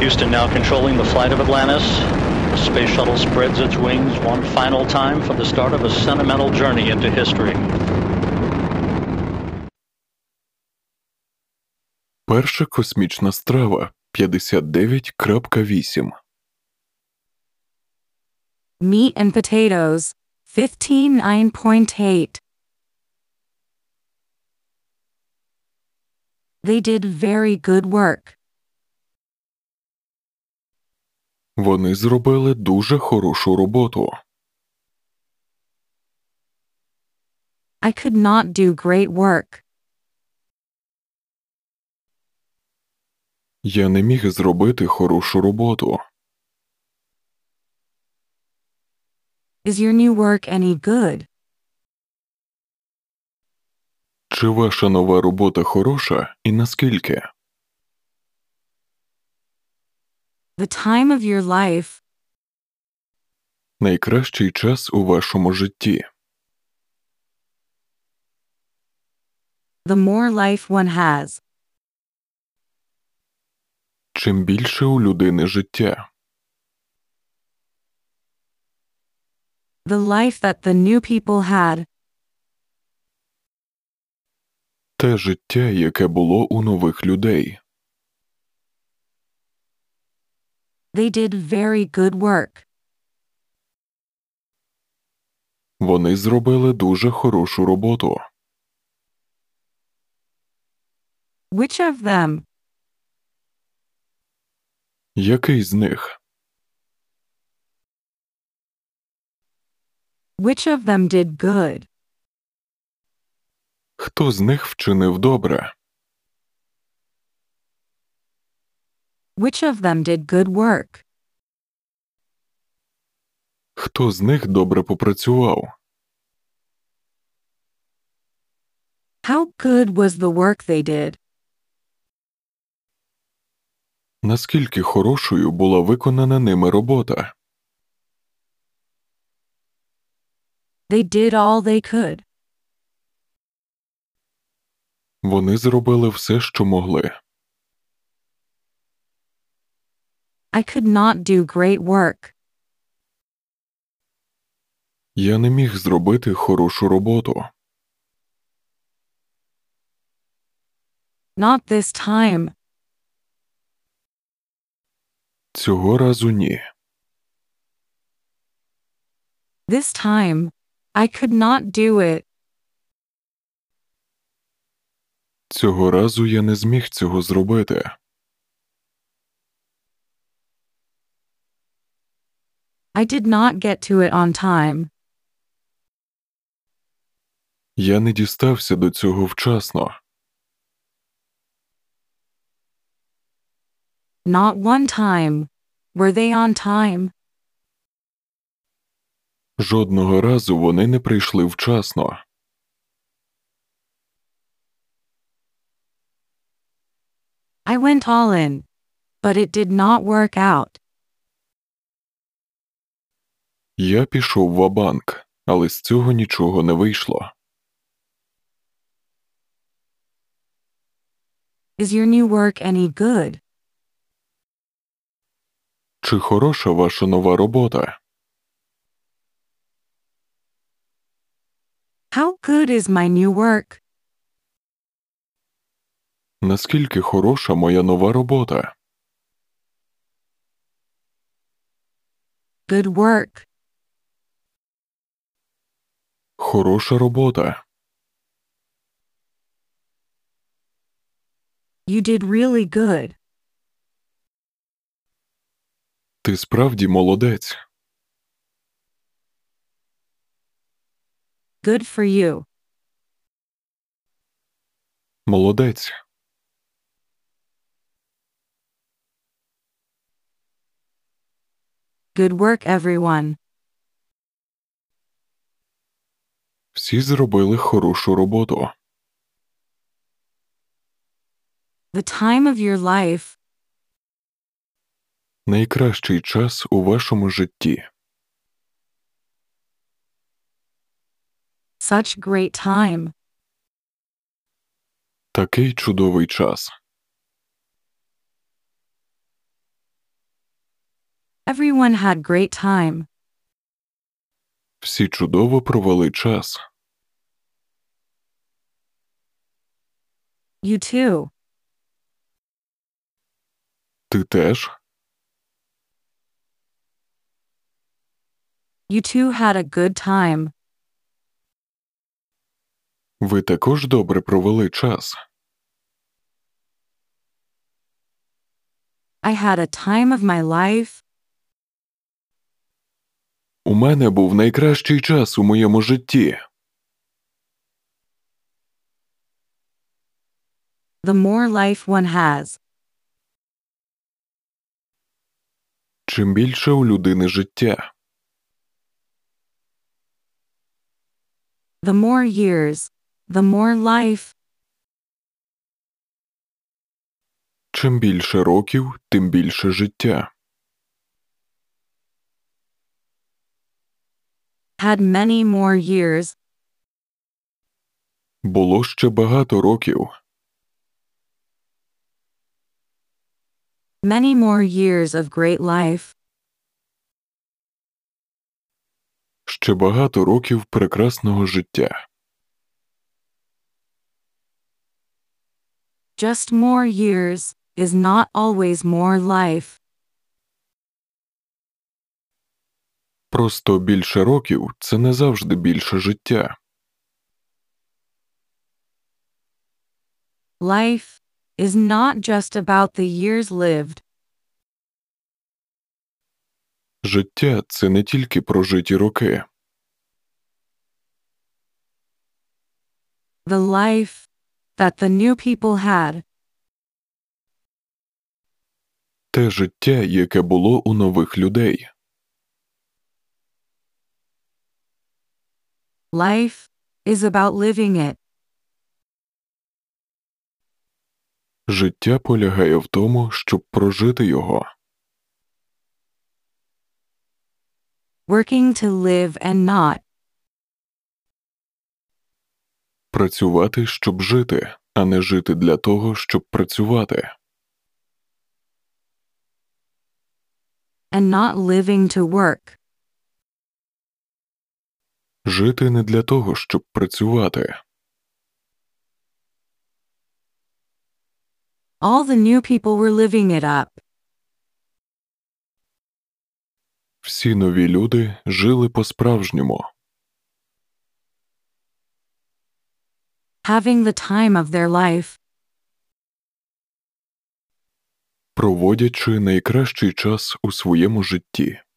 Houston now controlling the flight of Atlantis. The space shuttle spreads its wings one final time for the start of a sentimental journey into history. Перша космічна страва 59.8 Meat and potatoes, 159.8. They did very good work. Вони зробили дуже хорошу роботу. I could not do great work. Я не міг зробити хорошу роботу. Is your new work any good? Чи ваша нова робота хороша і наскільки? The time of your life, Найкращий час у вашому житті. the more life one has, Чим більше у людини життя, the life that the new people had, те життя, яке було у нових людей. they did very good work. Вони зробили дуже хорошу роботу. Which of them? Який з них? Which of them did good? Хто з них вчинив добре? Which of them did good work? Хто з них добре попрацював? How good was the work they did? Наскільки хорошою була виконана ними робота? They did all they could. Вони зробили все, що могли. I could not do great work. Я не міг зробити хорошу роботу. Not this time. Цього разу ні. This time. I could not do it. Цього разу я не зміг цього зробити. I did not get to it on time. Я не дістався до цього вчасно. Not one time. Were they on time? Жодного разу вони не прийшли вчасно. I went all in. But it did not work out. Я пішов в банк але з цього нічого не вийшло. Is your new work any good? Чи хороша ваша нова робота? How good is my new work? Наскільки хороша моя нова робота? Good work. Хороша робота. You did really good. Ти справді молодець. Good for you. Молодець. Good work, everyone. Всі зробили хорошу роботу. The time of your life, Найкращий час у вашому житті. such great time. Такий чудовий час. Everyone had great time. Всі чудово провели час. You too. Ти теж? You two had a good time. Ви також добре провели час. I had a time of my life. У мене був найкращий час у моєму житті. The more life one has, Чим більше у людини життя, the more years, the more life, чим більше років, тим більше життя. had many more years, Було ще багато років, many more years of great life, ще багато років прекрасного життя, just more years is not always more life. просто більше років це не завжди більше життя. Life is not just about the years lived, Життя це не тільки прожиті роки, the life that the new people had, те життя, яке було у нових людей, life is about living it. життя полягає в тому, щоб прожити його, working to live and not, працювати, щоб жити, а не жити для того, щоб працювати, and not living to work. жити не для того, щоб працювати. All the new people were living it up. Всі нові люди жили по-справжньому, Having the time of their life, проводячи найкращий час у своєму житті.